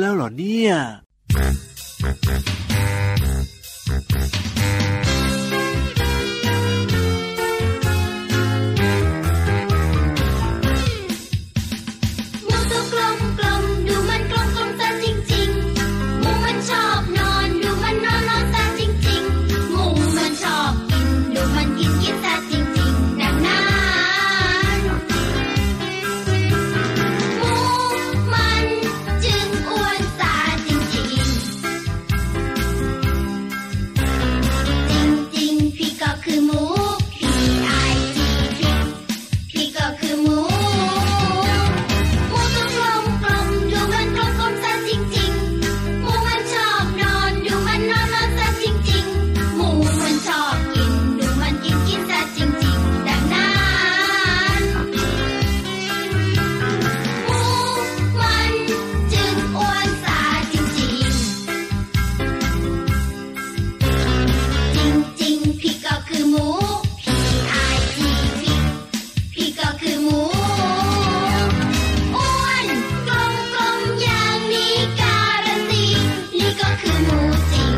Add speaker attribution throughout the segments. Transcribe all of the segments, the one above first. Speaker 1: แล้วเหรอเนี่ย
Speaker 2: งูตัวกลมกลมดูมันกลมกลมซะจริงๆงูมันชอบนอนดูมันนอนนอนซะจริงๆงูมันชอบกินดูมันกินกินซะจริงๆดังนั้นงูมันจึงอ้วนซะจริงๆ จริงๆ พี่ก็คือหมู P I G พี่ก็คือหมู หมูตัวกลมกลมดูมันกลมกลมซะจริงๆ หมูมันชอบนอนดูมันนอนนอนซะจริงๆ หมูมันชอบกินดูมันกินกินซะจริงๆ ดังนั้นหมูมันจึงอ้วนซะจริงๆ จริงๆ พี่ก็คือหมู P I G พี่พี่ก็คือหมู อ้วนกลมกลมอย่างนี้การันตีนี่ก็คือหมูจริง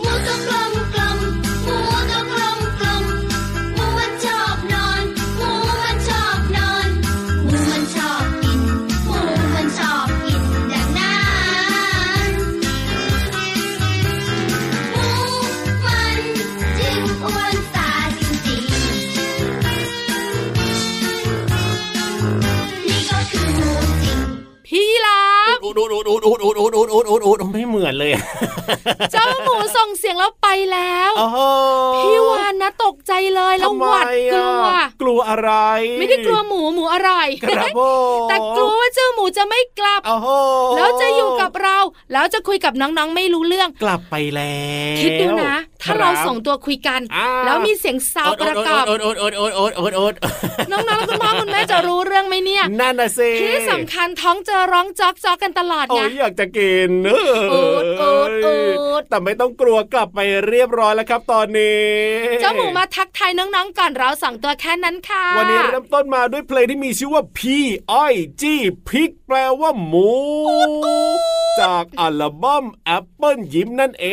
Speaker 2: หมูตัวกลมกลมหมูตัวกลมกลมหมูมันชอบนอนหมูมันชอบนอนหมูมันชอบกินหมูมันชอบกินดังนั้นหมูมันจึงอ้วนตาจริงๆ นี่ก็คือหมูจริง
Speaker 3: พี่รัก
Speaker 4: โอดโอดโอดโอดโอดโอดโอดโอดโอดโอดไม่เหมือนเลยอะ
Speaker 3: เจ้าหมูส่งเสียงแล้วไปแล้ว
Speaker 4: อ้าว
Speaker 3: พี่วานนะตกใจเลยแล้ว
Speaker 4: ทำ
Speaker 3: ห
Speaker 4: ไม
Speaker 3: วาดกลัว
Speaker 4: อะกลัวอะไร
Speaker 3: ไม่ได้กลัวหมูหมูอร่อย
Speaker 4: ครับผม
Speaker 3: แต่กลัวว่าเจ้าหมูจะไม่กลับ
Speaker 4: โอ้โห
Speaker 3: แล้วจะอยู่กับเรา แล้วจะคุยกับน้องๆไม่รู้เรื่อง
Speaker 4: กลับไปแล้ว
Speaker 3: คิดดูนะ ถ้า
Speaker 4: คบ
Speaker 3: เราส่งตัวคุยกัน
Speaker 4: อ่า
Speaker 3: แล้วมีเสียงซาวด์ประกอบ
Speaker 4: โอดโอดโอดโอดโอดโอดโอดโอด
Speaker 3: น้องๆและคุณพ่อคุณแม่จะรู้เรื่องไหมเนี่ย
Speaker 4: นั่นน่ะสิ
Speaker 3: ที่สำคัญท้องจะร้องจอกจอกกันตลอด
Speaker 4: โอ้
Speaker 3: ไง
Speaker 4: ยอยากจะกินเอ
Speaker 3: โอดโอดโอด
Speaker 4: แต่ไม่ต้องกลัวกลับไปเรียบร้อยแล้วครับตอนนี้
Speaker 3: เจ้าหมูมาทักทายน้องๆก่อนเราสองตัวแค่นั้นค่ะ
Speaker 4: วันนี้เริ่มต้นมาด้วยเพลงที่มีชื่อว่า P I G พิกแปลว่าหมู จากอัลบั้มแอปเปิลยิ้มนั่นเอ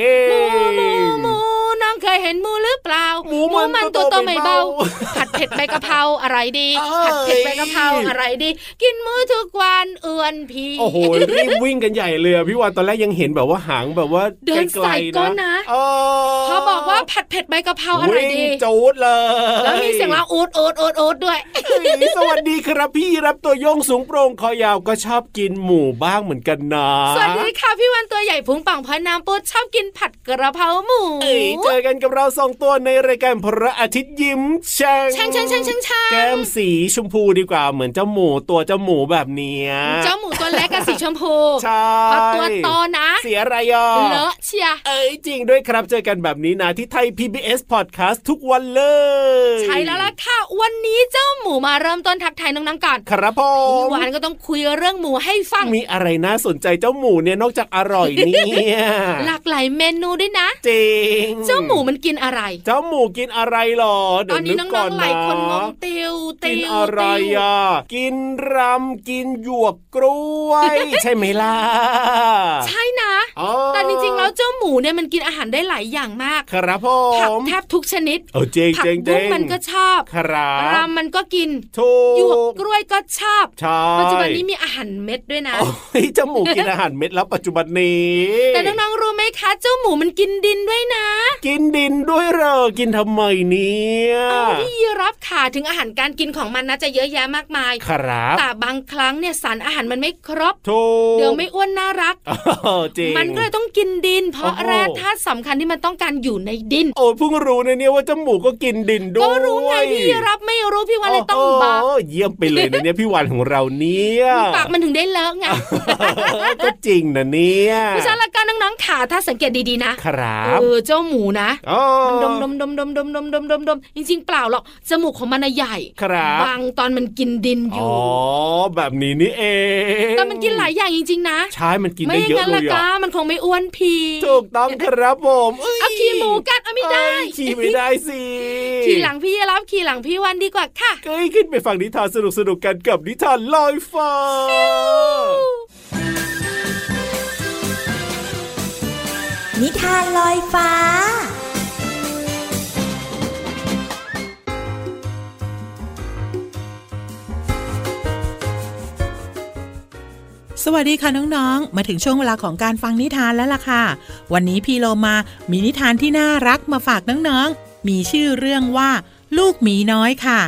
Speaker 3: หมู
Speaker 4: ง
Speaker 3: หมูหมูน้องเคยเห็นหมูหรือเปล่า
Speaker 4: หมูมัน
Speaker 3: น
Speaker 4: ตั
Speaker 3: ตัว
Speaker 4: ว
Speaker 3: โต
Speaker 4: โต
Speaker 3: ไม่เบา
Speaker 4: ไม่เบา
Speaker 3: ผัดเผ็ดใบกะเพราอร่อยดี
Speaker 4: เอ้ย
Speaker 3: ผัดเผ็ดใบกะเพราอร่อยดี กินหมูทุกวันอ้วนพี
Speaker 4: โอ้โหรีบวิ่งกันใหญ่เลยอะพี่วานตอนแรกยังเห็นแบบว่าหางแบบว่า
Speaker 3: เดิน
Speaker 4: ไกล
Speaker 3: สาย
Speaker 4: ๆ
Speaker 3: ก้
Speaker 4: นะ
Speaker 3: นนะ
Speaker 4: เออ
Speaker 3: พอบอกว่าผัดเผ็ดใบกะเพราอร่อย
Speaker 4: วิ่ง
Speaker 3: ดี
Speaker 4: จูดเลย
Speaker 3: แล้วมีเสียงร้องอูดอูดอูดอูดด้วย
Speaker 4: เฮ้ยสวัสดีครับพี่รับตัวโยงสูงโปร่งคอยาวก็ชอบกินหมูบ้างเหมือนกันนะ
Speaker 3: สวัสดีค่ะพี่วันตัวใหญ่พุงป่องพอน้ำปูดชอบกินผัดกระเพราหมู
Speaker 4: เอ้ยเจอกันกับเราสองตัวในรายการพระอาทิตย์ยิ้มแฉ่ง
Speaker 3: แช่งแช่งแช่งแช่งแช่ง
Speaker 4: แก้มสีชมพูดีกว่าเหมือนเจ้าหมูตัวเจ้าหมูแบบเนี้ย
Speaker 3: เจ้าหมูตัวเล็กกับสีชมพู
Speaker 4: ใช่
Speaker 3: พอตัวโตนะ
Speaker 4: เสียอะไรอ่ะ
Speaker 3: เลอะเชียร์
Speaker 4: เอ้ยจริงด้วยครับเจอกันแบบนี้นะที่ไทย PBS Podcast ทุกวันเลย
Speaker 3: ใช่แล้วล่ะค่ะ วันนี้เจ้าหมูมาเริ่มต้นทักทายน้องๆก่อน
Speaker 4: ครับผ
Speaker 3: พี่
Speaker 4: ม
Speaker 3: วานก็ต้องคุยเรื่องหมูให้ฟัง
Speaker 4: มีอะไรน่าสนใจเจ้าหมูเนี่ยนอกจากอร่อยเนี่ย
Speaker 3: หลากหลายเมนูด้วยนะ
Speaker 4: จริง
Speaker 3: เจ้าหมูมันกินอะไร
Speaker 4: เจ้าหมูกินอะไรหรอเดี๋
Speaker 3: ต
Speaker 4: ย
Speaker 3: อ
Speaker 4: วน นึ
Speaker 3: นี้
Speaker 4: ก
Speaker 3: น้
Speaker 4: ก่
Speaker 3: อ
Speaker 4: อง น
Speaker 3: ๆ
Speaker 4: นะ
Speaker 3: หลายคนงงเตียวเตี
Speaker 4: กิน
Speaker 3: ยว
Speaker 4: อะไร
Speaker 3: เตียว
Speaker 4: อ่ะกินรำกินหยวกกล้วย ใช่ไหมล่ะ
Speaker 3: ใช่นะ
Speaker 4: อ๋อ
Speaker 3: แต่จริงๆแล้วเจ้าหมูเนี่ยมันกินอาหารได้หลายอย่างมาก
Speaker 4: ครับผ
Speaker 3: ผัก
Speaker 4: ม
Speaker 3: แทบทุกชนิด
Speaker 4: เออจริง
Speaker 3: ผั
Speaker 4: จริงจ
Speaker 3: บุ้
Speaker 4: ริ
Speaker 3: ง
Speaker 4: ง
Speaker 3: มันก็ชอบ
Speaker 4: ครับ
Speaker 3: รำมันก็กิน
Speaker 4: ถู
Speaker 3: หยวก
Speaker 4: ก
Speaker 3: กล้วยก็ชอบ
Speaker 4: ใช่
Speaker 3: ปัจจุบันนี้มีอาหารเม็ดด้วยนะ
Speaker 4: โอ้ยจมูกกินอาหารเม็ดแล้วปัจจุบันนี้
Speaker 3: แต่น้องๆรู้ไหมคะ เจ้าหมูมันกินดินด้วยนะ
Speaker 4: กินดินด้วยเหรอ กินทำไมเนี่ย
Speaker 3: เอาที่ยีรับค่ะถึงอาหารการกินของมันนะจะเยอะแยะมากมาย
Speaker 4: ครับ
Speaker 3: แต่บางครั้งเนี่ยสารอาหารมันไม่ครบ
Speaker 4: ถูก
Speaker 3: เดี๋ยวไม่อ้วนน่ารัก
Speaker 4: เออจริง
Speaker 3: มันก็เลยต้องกินดิน เพราะ
Speaker 4: โอ้โห
Speaker 3: แร่ธาตุสำคัญที่มันต้องการอยู่ในดิน
Speaker 4: โอ้ยเพิ่งรู้นะเนี่ยว่าจมูกก็กินดินด้วย
Speaker 3: ก็รู้ไงพี่ยีรับไม่รู้พี่วันเลยต้องบอก
Speaker 4: โโหเยี่ยมไปเลย นะเนี่ยพี่วันของเราเนี่ย
Speaker 3: ปากมันถึงได้เลอะไง
Speaker 4: ก็จริงนะเนี่ย
Speaker 3: เพราะฉะนั้นละกันน้องๆขาถ้าสังเกตดีๆนะครับ เออเจ้าหมูนะ
Speaker 4: อ๋อ
Speaker 3: มันดมดมดมดมดมดมดมดมดมจริงๆเปล่าหรอกจมูกของมันน่ะใหญ่
Speaker 4: ครับ
Speaker 3: งตอนมันกินดินอ
Speaker 4: อ๋
Speaker 3: ยู่
Speaker 4: อแบบนี้นี่เอง
Speaker 3: แต่มันกินหลายอย่างจริง ๆ นะ
Speaker 4: ใช่มันกิน
Speaker 3: ไม่
Speaker 4: ได้
Speaker 3: อย่า
Speaker 4: เย
Speaker 3: ง
Speaker 4: อะ
Speaker 3: นั้น
Speaker 4: เล
Speaker 3: ละ
Speaker 4: ย
Speaker 3: กา
Speaker 4: อ่ะ
Speaker 3: มันคงไม่อ้วนพี
Speaker 4: ถูกต้องครับผมย
Speaker 3: เอาขี่หมูกัดเอาไม่ได้
Speaker 4: เอ้ยขี่ไม่ได้สิ
Speaker 3: ขี่หลังพี่รับขี่หลังพี่วันดีกว่าค่ะ
Speaker 4: เอ้ยขึ้นไปฟังนิทานสนุกๆกันกับนิทานลอยฟ้า
Speaker 1: นิทานลอยฟ้า
Speaker 5: สวัสดีค่ะน้องๆ มาถึงช่วงเวลาของการฟังนิทานแล้วล่ะค่ะ วันนี้พี่โลมามีนิทานที่น่ารักมาฝากน้องๆ มีชื่อเรื่องว่า ลูกหมีน้อยค่ะ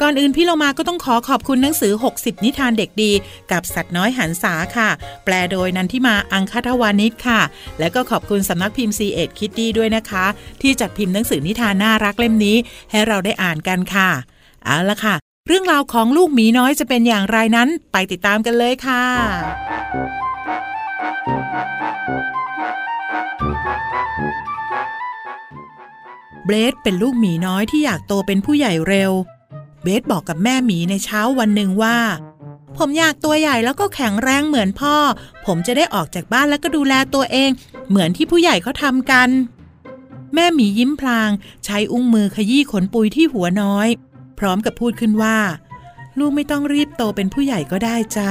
Speaker 5: ก่อนอื่นพี่โลมาก็ต้องขอขอบคุณหนังสือ 60 นิทานเด็กดี กับสัตว์น้อยหันษาค่ะ แปลโดยนันทิมาอังคทวานิชค่ะ และก็ขอบคุณสำนักพิมพ์ C ีเอ็ดคิตตี้ด้วยนะคะ ที่จัดพิมพ์หนังสือนิทานน่ารักเล่มนี้ ให้เราได้อ่านกันค่ะ เอาละค่ะ เรื่องราวของลูกหมีน้อยจะเป็นอย่างไรนั้น ไปติดตามกันเลยค่ะ เบรดเป็นลูกหมีน้อยที่อยากโตเป็นผู้ใหญ่เร็ว เบรดบอกกับแม่หมีในเช้าวันหนึ่งว่า ผมอยากตัวใหญ่แล้วก็แข็งแรงเหมือนพ่อ ผมจะได้ออกจากบ้านแล้วก็ดูแลตัวเอง เหมือนที่ผู้ใหญ่เขาทำกัน แม่หมียิ้มพลาง ใช้อุ้งมือขยี้ขนปุยที่หัวน้อย พร้อมกับพูดขึ้นว่า ลูกไม่ต้องรีบโตเป็นผู้ใหญ่ก็ได้จ้า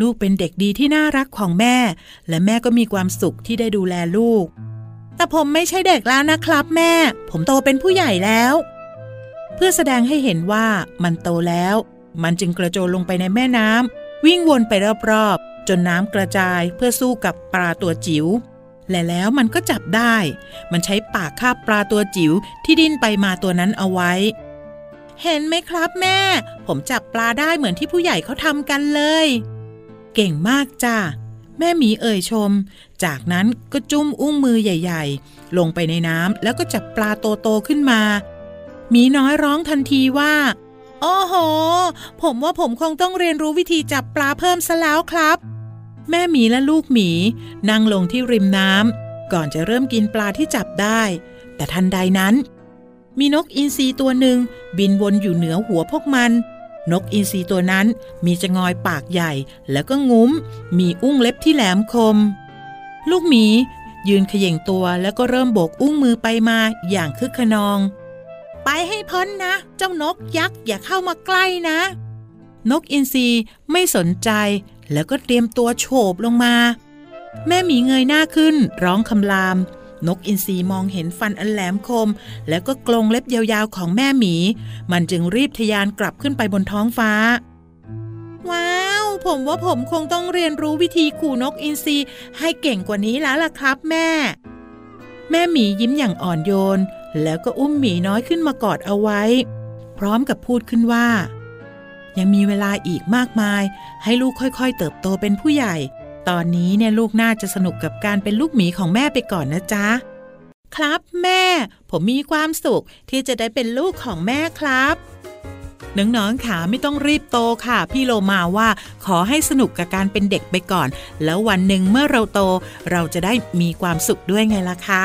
Speaker 5: ลูกเป็นเด็กดีที่น่ารักของแม่ และแม่ก็มีความสุขที่ได้ดูแลลูก แต่ผมไม่ใช่เด็กแล้วนะครับ แม่ ผมโตเป็นผู้ใหญ่แล้ว เพื่อแสดงให้เห็นว่ามันโตแล้ว มันจึงกระโจนลงไปในแม่น้ำวิ่งวนไปรอบๆ จนน้ำกระจายเพื่อสู้กับปลาตัวจิ๋ว และแล้วมันก็จับได้ มันใช้ปากคาบปลาตัวจิ๋วที่ดิ้นไปมาตัวนั้นเอาไว้ เห็นไหมครับแม่ ผมจับปลาได้เหมือนที่ผู้ใหญ่เขาทำกันเลย เก่งมากจ้าแม่หมีเอ่ยชม จากนั้นก็จุ้มอุ้งมือใหญ่ๆ ลงไปในน้ำแล้วก็จับปลาโตๆขึ้นมาหมีน้อยร้องทันทีว่า โอ้โห ผมว่าผมคงต้องเรียนรู้วิธีจับปลาเพิ่มซะแล้วครับ แม่หมีและลูกหมี นั่งลงที่ริมน้ำก่อนจะเริ่มกินปลาที่จับได้ แต่ทันใดนั้น มีนกอินทรีตัวหนึ่งบินวนอยู่เหนือหัวพวกมัน นกอินทรีตัวนั้นมีจะงอยปากใหญ่แล้วก็งุ้ม มีอุ้งเล็บที่แหลมคม ลูกหมี ยืนเขย่งตัวแล้วก็เริ่มโบกอุ้งมือไปมาอย่างคึกขนอง ไปให้พ้นนะ เจ้านกยักษ์อย่าเข้ามาใกล้นะ นกอินทรีไม่สนใจ แล้วก็เตรียมตัวโฉบลงมา แม่หมีเงยหน้าขึ้น ร้องคำราม นกอินทรีมองเห็นฟันอันแหลมคม แล้วก็กรงเล็บยาวๆของแม่หมี มันจึงรีบทะยานกลับขึ้นไปบนท้องฟ้า ว้าว ผมว่าผมคงต้องเรียนรู้วิธีขู่นกอินทรีให้เก่งกว่านี้แล้วล่ะครับแม่ แม่หมียิ้มอย่างอ่อนโยน แล้วก็อุ้มหมีน้อยขึ้นมากอดเอาไว้ พร้อมกับพูดขึ้นว่า ยังมีเวลาอีกมากมาย ให้ลูกค่อยๆ เติบโตเป็นผู้ใหญ่ ตอนนี้เนี่ยลูกน่าจะสนุกกับการเป็นลูกหมีของแม่ไปก่อนนะจ๊ะ ครับแม่ ผมมีความสุขที่จะได้เป็นลูกของแม่ครับ น้องๆค่ะไม่ต้องรีบโตค่ะ พี่โลมาว่าขอให้สนุกกับการเป็นเด็กไปก่อน แล้ววันหนึ่งเมื่อเราโต เราจะได้มีความสุขด้วยไงล่ะคะ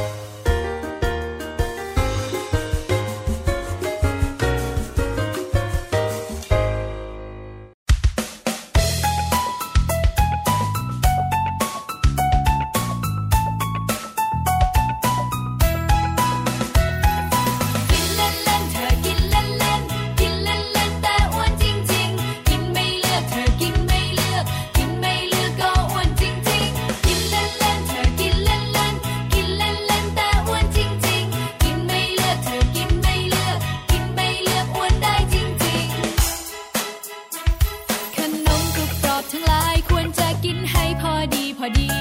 Speaker 2: กินเล่นเล่นเธอกินเล่นเล่นกินเล่นเล่นแต่อ้วนจริงจริงกินไม่เลือกเธอกินไม่เลือก กินไม่เลือกก็อ้วนจริงจริงกินเล่นเล่นเธอกินเล่นเล่นกินเล่นเล่นแต่อ้วนจริงจริงกินไม่เลือกเธอกินไม่เลือก กินไม่เลือกอ้วนได้จริงจริง ขนมกรุบกรอบทั้งหลายควรจะกินให้พอดีพอดี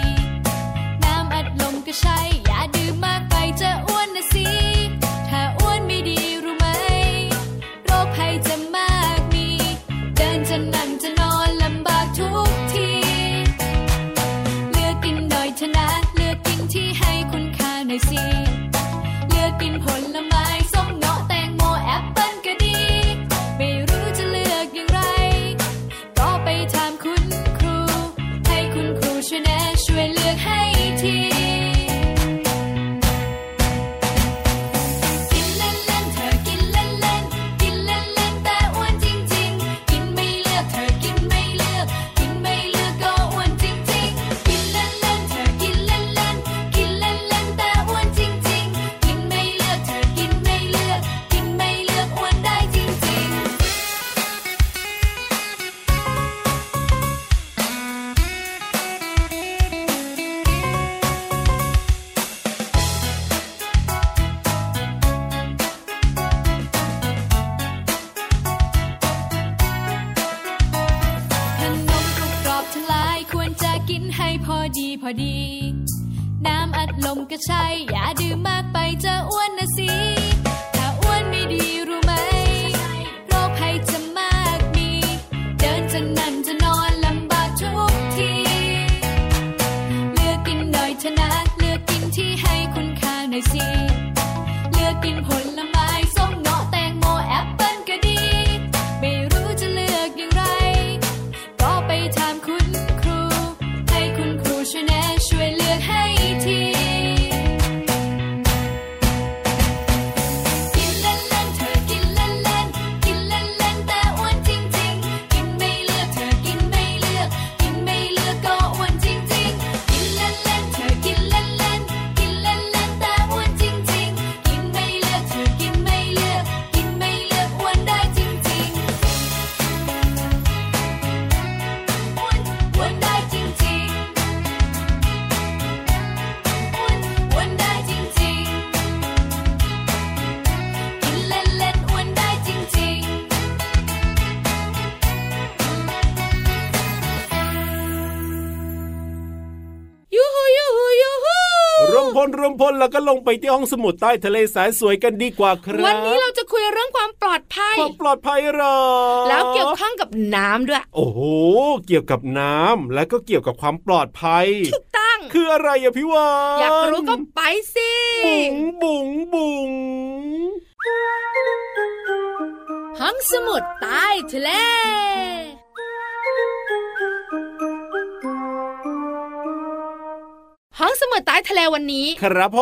Speaker 2: น้ำอัดลมก็ใช่ อย่าดื่มมากไปจะอ้วนนะสิ ถ้าอ้วนไม่ดีรู้ไหม โรคภัยจะมากมี เดินจะนั่งจะนอนลำบากทุกที เลือกกินหน่อยเถอะนะ เลือกกินที่ให้คุณค่าหน่อยสิ เลือกกินผลไม้ส้มเงาะแตงโมแอปเปิ้ลก็ดี ไม่รู้จะเลือกอย่างไร ก็ไปถามคุณครู ให้คุณครูช่วยแนะช
Speaker 1: ดีพอดี น้ำอัดลมก็ใช่ อย่าดื่มมากไปจะอ้วนนะสิ ถ้าอ้วนไม่ดีรู้ไหม โรคภัยจะมากมี เดินจะนั่งจะนอนลำบากทุกที เลือกกินหน่อยเถอะนะ เลือกกินที่ให้คุณค่าหน่อยสิ เลือกกินผลไม้ส้มเงาะแตงโมแอปเปิ้ลก็ดี ไม่รู้จะเลือกอย่างไร ก็ไปถามคุณครู ให้คุณครูช่วยแนะช่วยเลือกให้ที กินเล่นๆเธอกินเล่นๆกินเล่นๆแต่อ้วนจริงๆ กินไม่เลือกเธอกินไม่เลือก กินไม่เลือกก็อ้วนจริงๆ กินเล่นๆเธอกินเล่นๆกินเล่นๆแต่อ้วนจริงๆ กินไม่เลือกเธอกินไม่เลือก กินไม่เลือกอ้วนได้จริงๆ อ้วนอ้วนได้จริงๆอ้วนอ้วนได้จริงๆ กินเล่นเล่นอ้วนได้จริงๆ
Speaker 3: ยูฮูยูฮูยูฮู
Speaker 4: รวมพลรวมพลแล้วก็ลงไปที่ห้องสมุดใต้ทะเลสายสวยกันดีกว่าครับ
Speaker 3: วันนี้เราจะคุยเรื่องความปลอดภัย
Speaker 4: ความปลอดภัยเหรอ
Speaker 3: แล้วเกี่ยวข้องกับน้ำด้วย
Speaker 4: โอ้โห เกี่ยวกับน้ำและก็เกี่ยวกับความปลอดภัย
Speaker 3: ตั้ง
Speaker 4: คืออะไรอะพี่วาน
Speaker 3: อยากรู้ก็ไปสิ
Speaker 4: บุ๋งบุ๋งบุ๋ง
Speaker 3: ห้องสมุดใต้ทะเล ห้องสมุดใต้ทะเลวันนี้
Speaker 4: ครับผ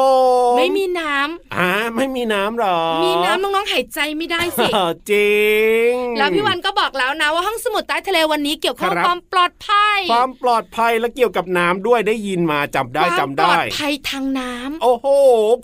Speaker 4: ม
Speaker 3: ไม่มีน้ำ
Speaker 4: อ่าไม่มีน้ำเหรอ
Speaker 3: มีน้ำน้องๆหายใจไม่ได้ สิ
Speaker 4: จริง
Speaker 3: แล้วพี่วันก็บอกแล้วนะว่าห้องสมุดใต้ทะเลวันนี้เกี่ยวข้อง
Speaker 4: ครั
Speaker 3: กับบ ความปลอดภัย
Speaker 4: ความปลอดภัยและเกี่ยวกับน้ำด้วยได้ยินมาจำได้
Speaker 3: ความ
Speaker 4: จำ
Speaker 3: ปลอ
Speaker 4: ได้
Speaker 3: ดภัยทางน้ำ
Speaker 4: โอ้โห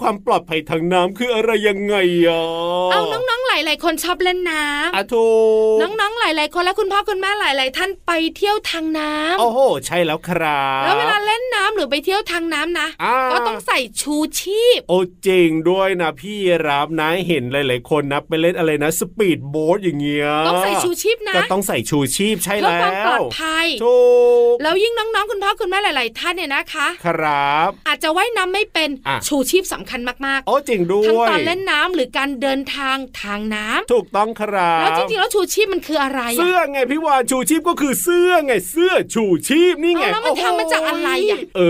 Speaker 4: ความปลอดภัยทางน้ำคืออะไรยังไงอ่ะ
Speaker 3: เอาน้องๆหลาย ๆ คนชอบเล่นน้ำ
Speaker 4: อะถูก
Speaker 3: น้องๆหลาย ๆ คนและคุณพ่อคุณแม่หลาย ๆ ท่านไปเที่ยวทางน้ำ
Speaker 4: โอ้โห ใช่แล้วครับ
Speaker 3: แล้วเวลาเล่นน้ำหรือไปเที่ยวทางน้ำนะ
Speaker 4: อ่า
Speaker 3: ก็ต้องใส่ชูชีพ
Speaker 4: โอ้จริงด้วยนะพี่รับนะเห็นหลาย ๆ คนนะไปเล่นอะไรนะสปีดโบ๊ทอย่างเงี้ย
Speaker 3: ต้องใส่ชูชีพนะ
Speaker 4: ก็ต้องใส่ชูชีพใช่
Speaker 3: เพื่อ
Speaker 4: แล้ว
Speaker 3: ความปลอดภัย
Speaker 4: ถูก
Speaker 3: แล้วยิ่งน้องๆ คุณพ่อคุณแม่หลาย ๆ ท่านเนี่ยนะคะ
Speaker 4: ครับ
Speaker 3: อาจจะว่ายน้ำไม่เป็น
Speaker 4: อ่ะ
Speaker 3: ชูชีพสำคัญมากๆ
Speaker 4: โอ้จริงด้
Speaker 3: ทั้ง
Speaker 4: วย
Speaker 3: ตอนเล่นน้ำหรือการเดินทางทางน้ำ
Speaker 4: ถูกต้องครับ
Speaker 3: แล้วจริงๆแล้วชูชีพมันคืออะไร
Speaker 4: เสื้อ
Speaker 3: อะ
Speaker 4: ไงพี่วานชูชีพก็คือเสื้อไงเสื้อชูชีพนี่ไง
Speaker 3: เอาแล้วมัน
Speaker 4: โอ้โห
Speaker 3: ทำมาจากอะไรอะ
Speaker 4: เอ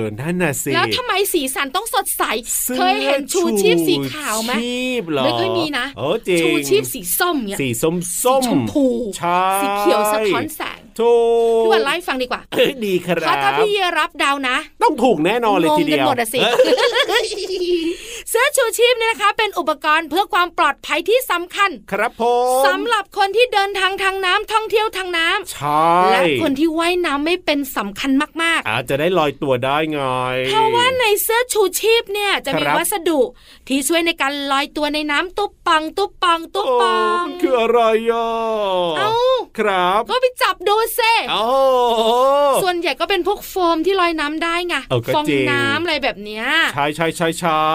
Speaker 4: อนั่นน่ะสิ
Speaker 3: แล้วทำไมสีสันต้องสดใส
Speaker 4: สื้อ
Speaker 3: เคยเห็นชูชีพสีขาวไหม
Speaker 4: ชูชีพเหรอ
Speaker 3: ไม่เคยมีนะ
Speaker 4: เออจริง
Speaker 3: ชูชีพสีส้มเนี่ย
Speaker 4: สีส้มส้ม
Speaker 3: ชมพู
Speaker 4: ใช่
Speaker 3: สีเขียวสะท้อนแสง
Speaker 4: ถูก
Speaker 3: พี่วันไลฟ์ฟังดีกว่า
Speaker 4: เอ้ยดีครับ
Speaker 3: เพราะถ้าพี่รับเดาวนะ
Speaker 4: ต้องถูกแน่นอนเลยทีเดียว
Speaker 3: งงกันหมดอะสิ เสื้อชูชีพเนี่ยนะคะ เป็นอุปกรณ์เพื่อความปลอดภัยที่สำคัญ
Speaker 4: ครับผม
Speaker 3: สำหรับคนที่เดินทางทางน้ำท่องเที่ยวทางน้ำ
Speaker 4: ใช่
Speaker 3: และคนที่ว่ายน้ำไม่เป็นสำคัญมาก
Speaker 4: อาจจะได้ลอยตัวได้ไง
Speaker 3: ๆ เพราะว่าในเสื้อชูชีพเนี่ยจะมี
Speaker 4: ครับ
Speaker 3: วัสดุ ที่ช่วยในการลอยตัวในน้ำตุ๊บปัง ตุ๊บปัง ตุ๊บ
Speaker 4: โอ้
Speaker 3: ปัง
Speaker 4: มันคืออะไรอ่ะ
Speaker 3: เอ้า
Speaker 4: ครับ
Speaker 3: ก็ไปจับดูเซ
Speaker 4: โอ้โห
Speaker 3: ส่วนใหญ่ก็เป็นพวกโฟมที่ลอยน้ำได้ไง
Speaker 4: เออก็
Speaker 3: ฟอง
Speaker 4: จริง
Speaker 3: น้ำอะไรแบบเนี้ย
Speaker 4: ใช่ใช่ใช่ใช่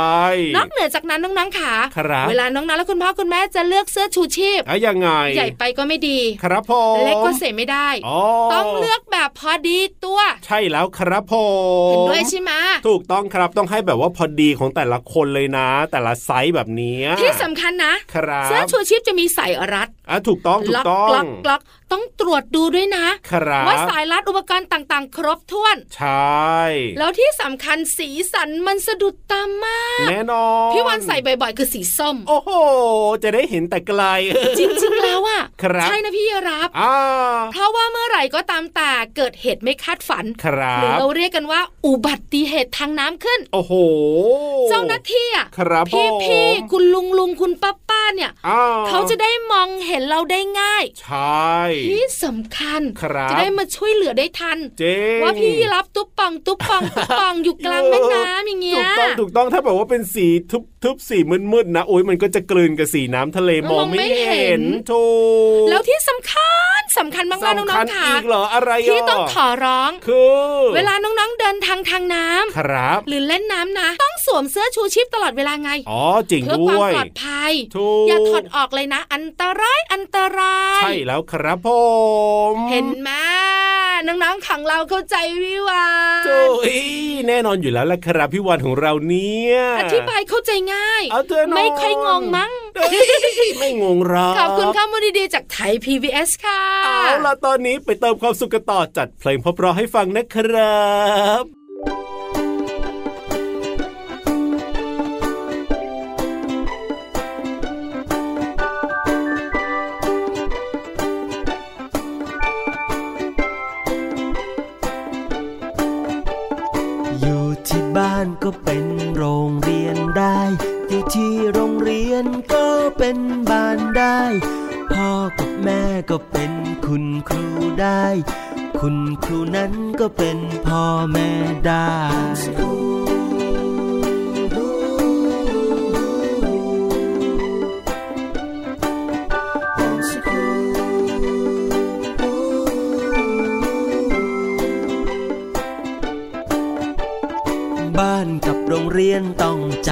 Speaker 3: นอกเหนือจากนั้นน้องๆขา
Speaker 4: ครับ
Speaker 3: เวลาน้องๆและคุณพ่อคุณแม่จะเลือกเสื้อชูชีพ
Speaker 4: อ่ะยังไง
Speaker 3: ใหญ่ไปก็ไม่ดี
Speaker 4: ครับผม
Speaker 3: เล็กก็เสียไม่ได้
Speaker 4: อ๋อ
Speaker 3: ต้องเลือกแบบพอดีตัว
Speaker 4: ใช่แล้วครับผ
Speaker 3: เห็น
Speaker 4: ม
Speaker 3: ด้วยใช่ไหม
Speaker 4: ถูกต้องครับต้องให้แบบว่าพอดีของแต่ละคนเลยนะ แต่ละไซส์แบบเนี้ย
Speaker 3: ที่สำคัญนะ
Speaker 4: ครับ
Speaker 3: เสื้อชูชีพจะมีสายรัด
Speaker 4: อ่ะถูกต้องถู
Speaker 3: ล็
Speaker 4: ก
Speaker 3: อก
Speaker 4: ต้อง
Speaker 3: ล็อกล็อกต้องตรวจดูด้วยนะ
Speaker 4: ครับ
Speaker 3: ว่าสายรัดอุปกรณ์ต่างๆ ครบถ้วน
Speaker 4: ใช่
Speaker 3: แล้วที่สำคัญสีสันมันสะดุดตามมาก
Speaker 4: แน่นอน
Speaker 3: พี่วันใส่บ่อยๆ คือสีส้ม
Speaker 4: โอ้โห จะได้เห็นแต่ไกล
Speaker 3: จริงๆแล้วอ่ะ
Speaker 4: ครับ
Speaker 3: ใช่นะพี่รับ
Speaker 4: อ่า
Speaker 3: เพราะว่าเมื่อไหร่ก็ตามแต่เกิดเหตุไม่คาดฝัน
Speaker 4: ครั
Speaker 3: หรือบ เราเรียกกันว่า อุบัติเหตุทางน้ำขึ้น
Speaker 4: โอ้โห
Speaker 3: เจ้าหน้าที่อ่ะ
Speaker 4: ครับ
Speaker 3: พี่
Speaker 4: ผม
Speaker 3: พี่ๆคุณลุงลุงคุณป้าป้าเนี่ย
Speaker 4: อ้ว
Speaker 3: เขาจะได้มองเห็นเราได้ง่าย
Speaker 4: ใช่
Speaker 3: ที่สำคัญ
Speaker 4: ครับ
Speaker 3: จะได้มาช่วยเหลือได้ทัน
Speaker 4: เจ๊
Speaker 3: ว่าพี่รับตุ๊บปังตุ๊บ ปังตุ๊บปังอยู่กลางแม่น้ำอย่างเงี้
Speaker 4: ถู
Speaker 3: ย
Speaker 4: กต้องถูกต้องถ้าแบบว่าเป็นสีทึบทึบสีมืดมืดๆนะโอ้ยมันก็จะกลืนกับสีน้ำทะเลมองไม่เห็นถูก
Speaker 3: แล้วที่สำคัญสำคัญมากๆน้อ
Speaker 4: สำคัญ
Speaker 3: งๆค่ะ
Speaker 4: อีกเหรออะไระ
Speaker 3: ที่ต้องขอร้อง
Speaker 4: คือ
Speaker 3: เวลาน้องๆเดินทางทางน้ำ
Speaker 4: ครับ
Speaker 3: หรือเล่นน้ำนะ ต้องสวมเสื้อชูชีพตลอดเวลาไง
Speaker 4: อ๋อจริง
Speaker 3: เพื่อ
Speaker 4: ด้
Speaker 3: ความ
Speaker 4: วย
Speaker 3: ปลอดภัย
Speaker 4: ถูก
Speaker 3: อย่าถอดออกเลยนะ อันตรายอันตราย
Speaker 4: ใช่แล้วครับผม
Speaker 3: เห็นไหม น้องๆของเราเข้าใจวิวาน
Speaker 4: โจ้ยแน่นอนอยู่แล้วล่ะครับพี่วันของเราเนี่ย
Speaker 3: อธิบายเข้าใจง่าย
Speaker 4: เอาเถอะน้อง
Speaker 3: ไม่ค่อยงงมั้ง
Speaker 4: เอ้ยไม่งงหรอก
Speaker 3: ขอบคุณข้อมูลดีๆจากไทย PBS ค่ะ
Speaker 4: เอาล่ะตอนนี้ไปเติมความสุขกันต่อจัดเพลงเพราะๆให้ฟังนะครับ
Speaker 6: อยู่ที่บ้านก็เป็นโรงเรียนได้ อยู่ที่โรงเรียนก็เป็นบ้านได้ พ่อกับแม่ก็เป็นคุณครูได้ คุณครูนั้นก็เป็นพ่อแม่ได้ บ้านกับโรงเรียนต้องจ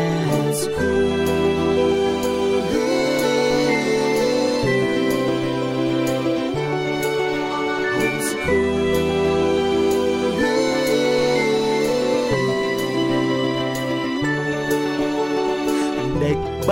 Speaker 6: เด็กบ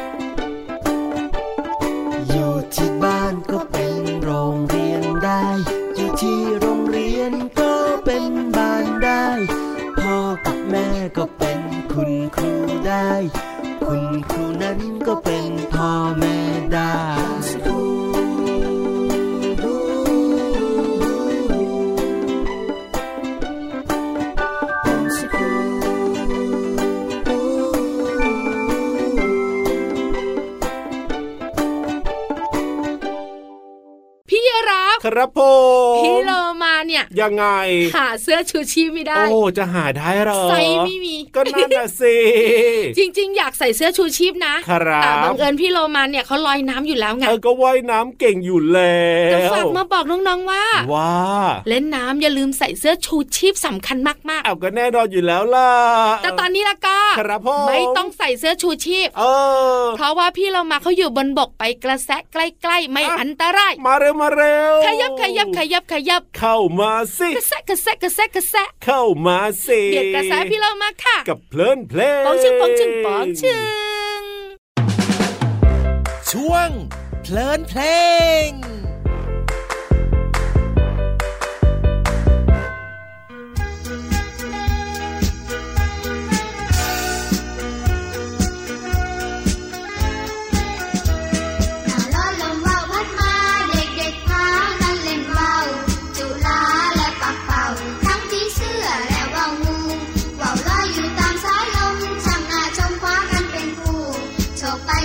Speaker 6: อยู่ที่บ้านก็เป็นโรงเรียนได้ อยู่ที่โรงเรียนก็เป็นบ้านได้ พ่อกับแม่ก็เป็นคุณครูได้ คุณครูนั้นก็เป็นพ่อแม่ได้
Speaker 3: พี่รับ
Speaker 4: ครับผม
Speaker 3: พี่โลมาเนี่ย
Speaker 4: ยังไง
Speaker 3: หาเสื้อชูชีพไม่ได้
Speaker 4: โอ้ จะหาได้เหรอ
Speaker 3: ใส่ไม่มี
Speaker 4: ก็นั่นน่ะสิ
Speaker 3: จริง ๆ อยากใส่เสื้อชูชีพนะครับ แต่บังเอิญพี่โลมาเนี่ยเขาลอยน้ำอยู่แล้วไง
Speaker 4: เออก็ว่ายน้ำเก่งอยู่แล้
Speaker 3: แต่
Speaker 4: ว
Speaker 3: ฝากมาบอกน้องๆว่า
Speaker 4: ว่า
Speaker 3: เล่นน้ำอย่าลืมใส่เสื้อชูชีพสำคัญมาก
Speaker 4: เอาก็แน่นอนอยู่แล้วล่ะ
Speaker 3: ๆ แต่ตอนนี้ละก็
Speaker 4: ครับผม
Speaker 3: ไม่ต้องใส่เสื้อชูชีพ
Speaker 4: เออ
Speaker 3: เพราะว่าพี่เรามาเขาอยู่บนบกไปกระแสะใกล้ๆ ไม่
Speaker 4: อ่ะ
Speaker 3: อันตราย
Speaker 4: มาเร็วมาเร็ว
Speaker 3: ขยับขยับขยับขยับ
Speaker 4: เข้ามาสิ
Speaker 3: กระแสะกระแสะกระแสะกระแสะ
Speaker 4: เข้ามาสิ
Speaker 3: เบียดกระแสะพี่เรามาค่ะ
Speaker 4: กับเพลินเพลง
Speaker 3: ปองชึงปองชึงปองชึง
Speaker 7: ช่วงเพลินเพลง
Speaker 2: ต่อล้อลมว่าวพัดมาเด็กๆพากันเล่นว่าวจุฬาและปักเป่าทั้งผีเสื้อและว่าวงูว่าวลอยอยู่ตามสายลมช่างน่าชมคว้ากันเป็นคู่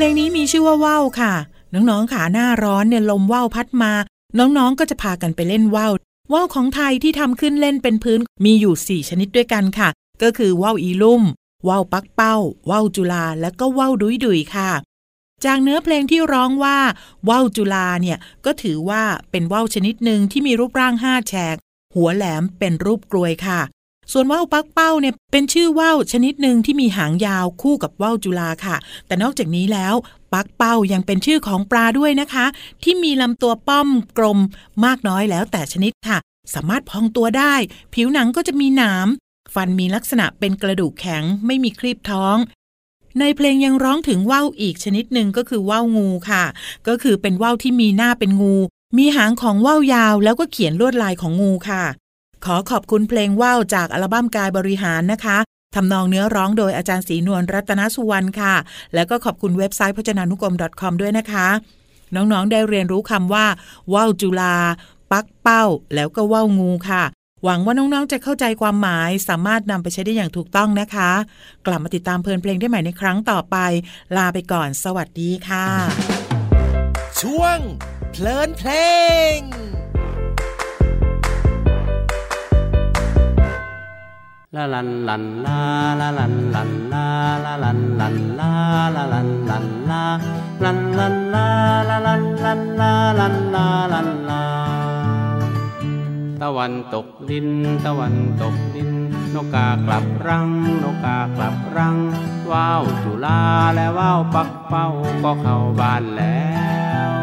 Speaker 5: ลงนี้มีชื่อว่าว่าวค่ะ น้องๆขาหน้าร้อนเนี่ยลมว่าวพัดมา น้องๆก็จะพากันไปเล่นว่าวว่าวของไทยที่ทำขึ้นเล่นเป็นพื้นมีอยู่สี่ชนิดด้วยกันค่ะ ก็คือว่าวอีลุ่มว่าวปักเป้าว่าวจุลาและก็ว่าวดุยดุยค่ะ จากเนื้อเพลงที่ร้องว่าว่าวจุลาเนี่ยก็ถือว่าเป็นว่าวชนิดหนึ่งที่มีรูปร่างห้าแฉก หัวแหลมเป็นรูปกลวยค่ะ ส่วนว่าวปักเป้าเนี่ยเป็นชื่อว่าวชนิดหนึ่งที่มีหางยาวคู่กับว่าวจุลาค่ะ แต่นอกจากนี้แล้ว ปักเป้ายังเป็นชื่อของปลาด้วยนะคะ ที่มีลำตัวป้อมกลมมากน้อยแล้วแต่ชนิดค่ะ สามารถพองตัวได้ ผิวหนังก็จะมีหนามฟันมีลักษณะเป็นกระดูกแข็งไม่มีครีบท้อง ในเพลงยังร้องถึงว่าวอีกชนิดหนึ่งก็คือว่าวงูค่ะ ก็คือเป็นว่าวที่มีหน้าเป็นงู มีหางของว่าวยาวแล้วก็เขียนลวดลายของงูค่ะ ขอขอบคุณเพลงว่าวจากอัลบั้มกายบริหารนะคะทำนองเนื้อร้องโดยอาจารย์ศรีนวลรัตนสุวรรณค่ะ แล้วก็ขอบคุณเว็บไซต์พจนานุกรม .com ด้วยนะคะ น้องๆ ได้เรียนรู้คำว่าว่าวจุลา ปักเป้า แล้วก็ว่าวงูค่ะ หวังว่าน้องๆ จะเข้าใจความหมาย สามารถนำไปใช้ได้อย่างถูกต้องนะคะ กลับมาติดตามเพลินเพลงได้ใหม่ในครั้งต่อไป ลาไปก่อน สวัสดีค่ะ
Speaker 7: ช่วง เพลินเพลง
Speaker 8: ลาลันลันลาลาลันลันลาลาลันลันลาลาลันลันลาลันลันลาลาลันลันลาลันลาลันลาตะวันตกดิน ตะวันตกดิน นกกากลับรัง นกกากลับรัง ว้าวจุลาและว้าวปักเป้าก็เข้าบ้านแล้ว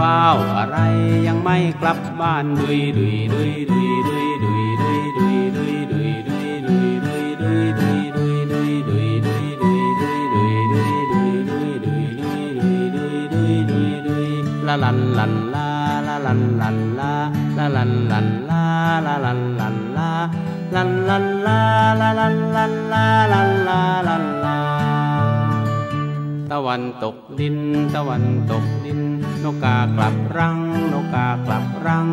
Speaker 8: ว้าวอะไรยังไม่กลับบ้านดุยดุยดุยดุยดุยดุยดุยดุยดุยดุยดุยดุยดุยดุยดุยดุยดุยดุยดุยดุยดุยดุยดุยดุยดุยดุยดุยดุยดุยดุยดุยดุยลาลันลันลาลาลันลันลาลาลันลันลาลาลันลันลาลันลันลาลาลันลันลาลันลาลันลา ตะวันตกดิน ตะวันตกดิน นกกากลับรัง นกกากลับรัง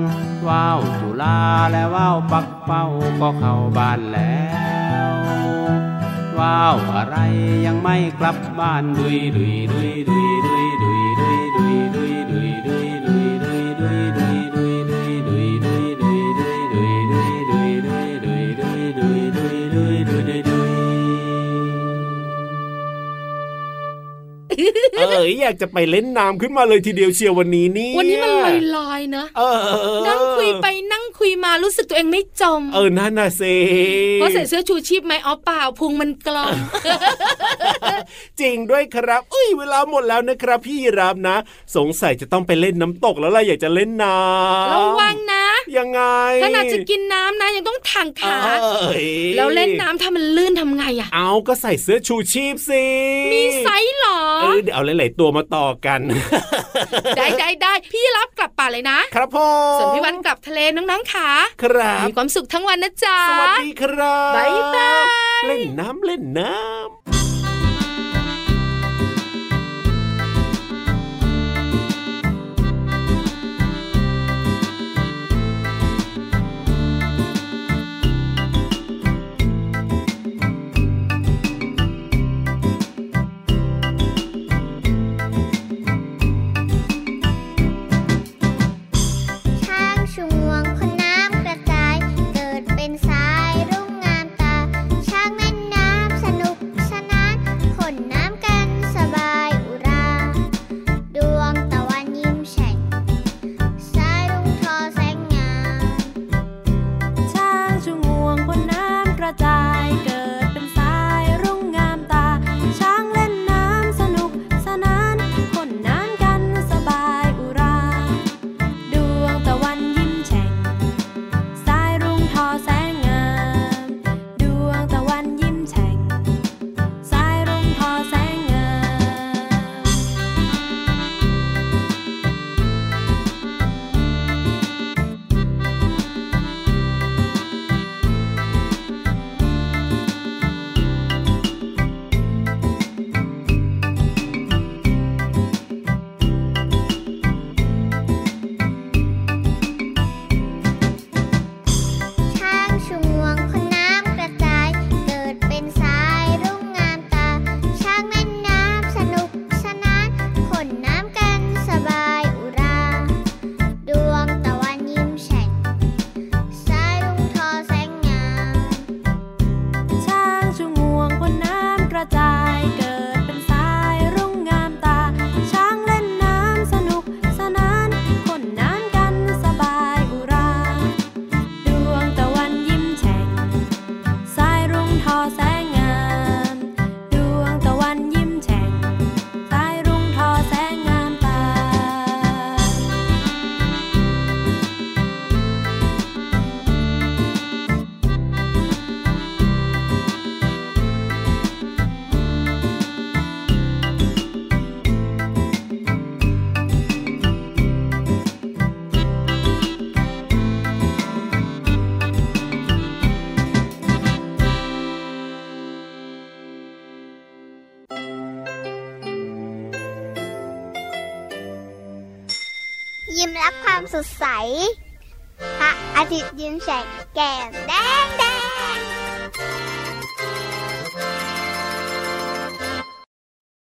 Speaker 8: ว้าวจุลาและว้าวปักเป้าก็เข้าบ้านแล้ว ว้าวอะไรยังไม่กลับบ้านดุยดุยดุยดุยดุยดุยดุยดุยดุยดุยดุยดุยดุยดุยดุยดุยดุยดุยดุยดุยดุยดุยดุยดุยดุยดุยดุยดุยดุยดุยดุยดุย
Speaker 4: เอ้ยอยากจะไปเล่นน้ำขึ้นมาเลยทีเดียวเชียววันนี้นี่ย
Speaker 3: วันนี้มันลอยลอยๆเนอะ
Speaker 4: เออ
Speaker 3: นั่งคุยไปนั่งคุยมารู้สึกตัวเองไม่จม
Speaker 4: เออนั่นน่ะเซ
Speaker 3: เพราะใส่เสื้อชูชีพไหมอ๋อเปล่าพุงมันกลม
Speaker 4: จริงด้วยครับอุ้ยเวลาหมดแล้วนะครับ พี่รับนะ สงสัยจะต้องไปเล่นน้ำตกแล้วล่ะอยากจะเล่นน้ำ
Speaker 3: ระวังนะ
Speaker 4: ยังไง
Speaker 3: ขนาดจะกินน้ำนะยังต้องทางขา
Speaker 4: เอ้ย
Speaker 3: แล้วเล่นน้ำถ้ามันลื่นทำไงอ่ะ
Speaker 4: เอาก็ใส่เสื้อชูชีพสิ
Speaker 3: มีไซส์เหรอ
Speaker 4: เออเดี๋ยวเอาหลายๆตัวมาต่อกัน
Speaker 3: ได้ได้ได้พี่รับกลับป่าเลยนะครับ
Speaker 4: ผม
Speaker 3: ส่วนพี่วันกลับทะเลน้องๆขา
Speaker 4: ครับ
Speaker 3: มีความสุขทั้งวันนะจ๊ะ
Speaker 4: สวัสดีครับ
Speaker 3: บ๊ายบาย
Speaker 4: เล่นน้ำเล่นน้ำ
Speaker 2: ช้างชวงคนน้ำกระจาย เกิดเป็นสายรุ่งงามตา ช้างเล่นน้ำสนุกส
Speaker 9: ยิ้มรับความสดใส พระอาทิตย์ยิ้มแฉกแก้มแดงแด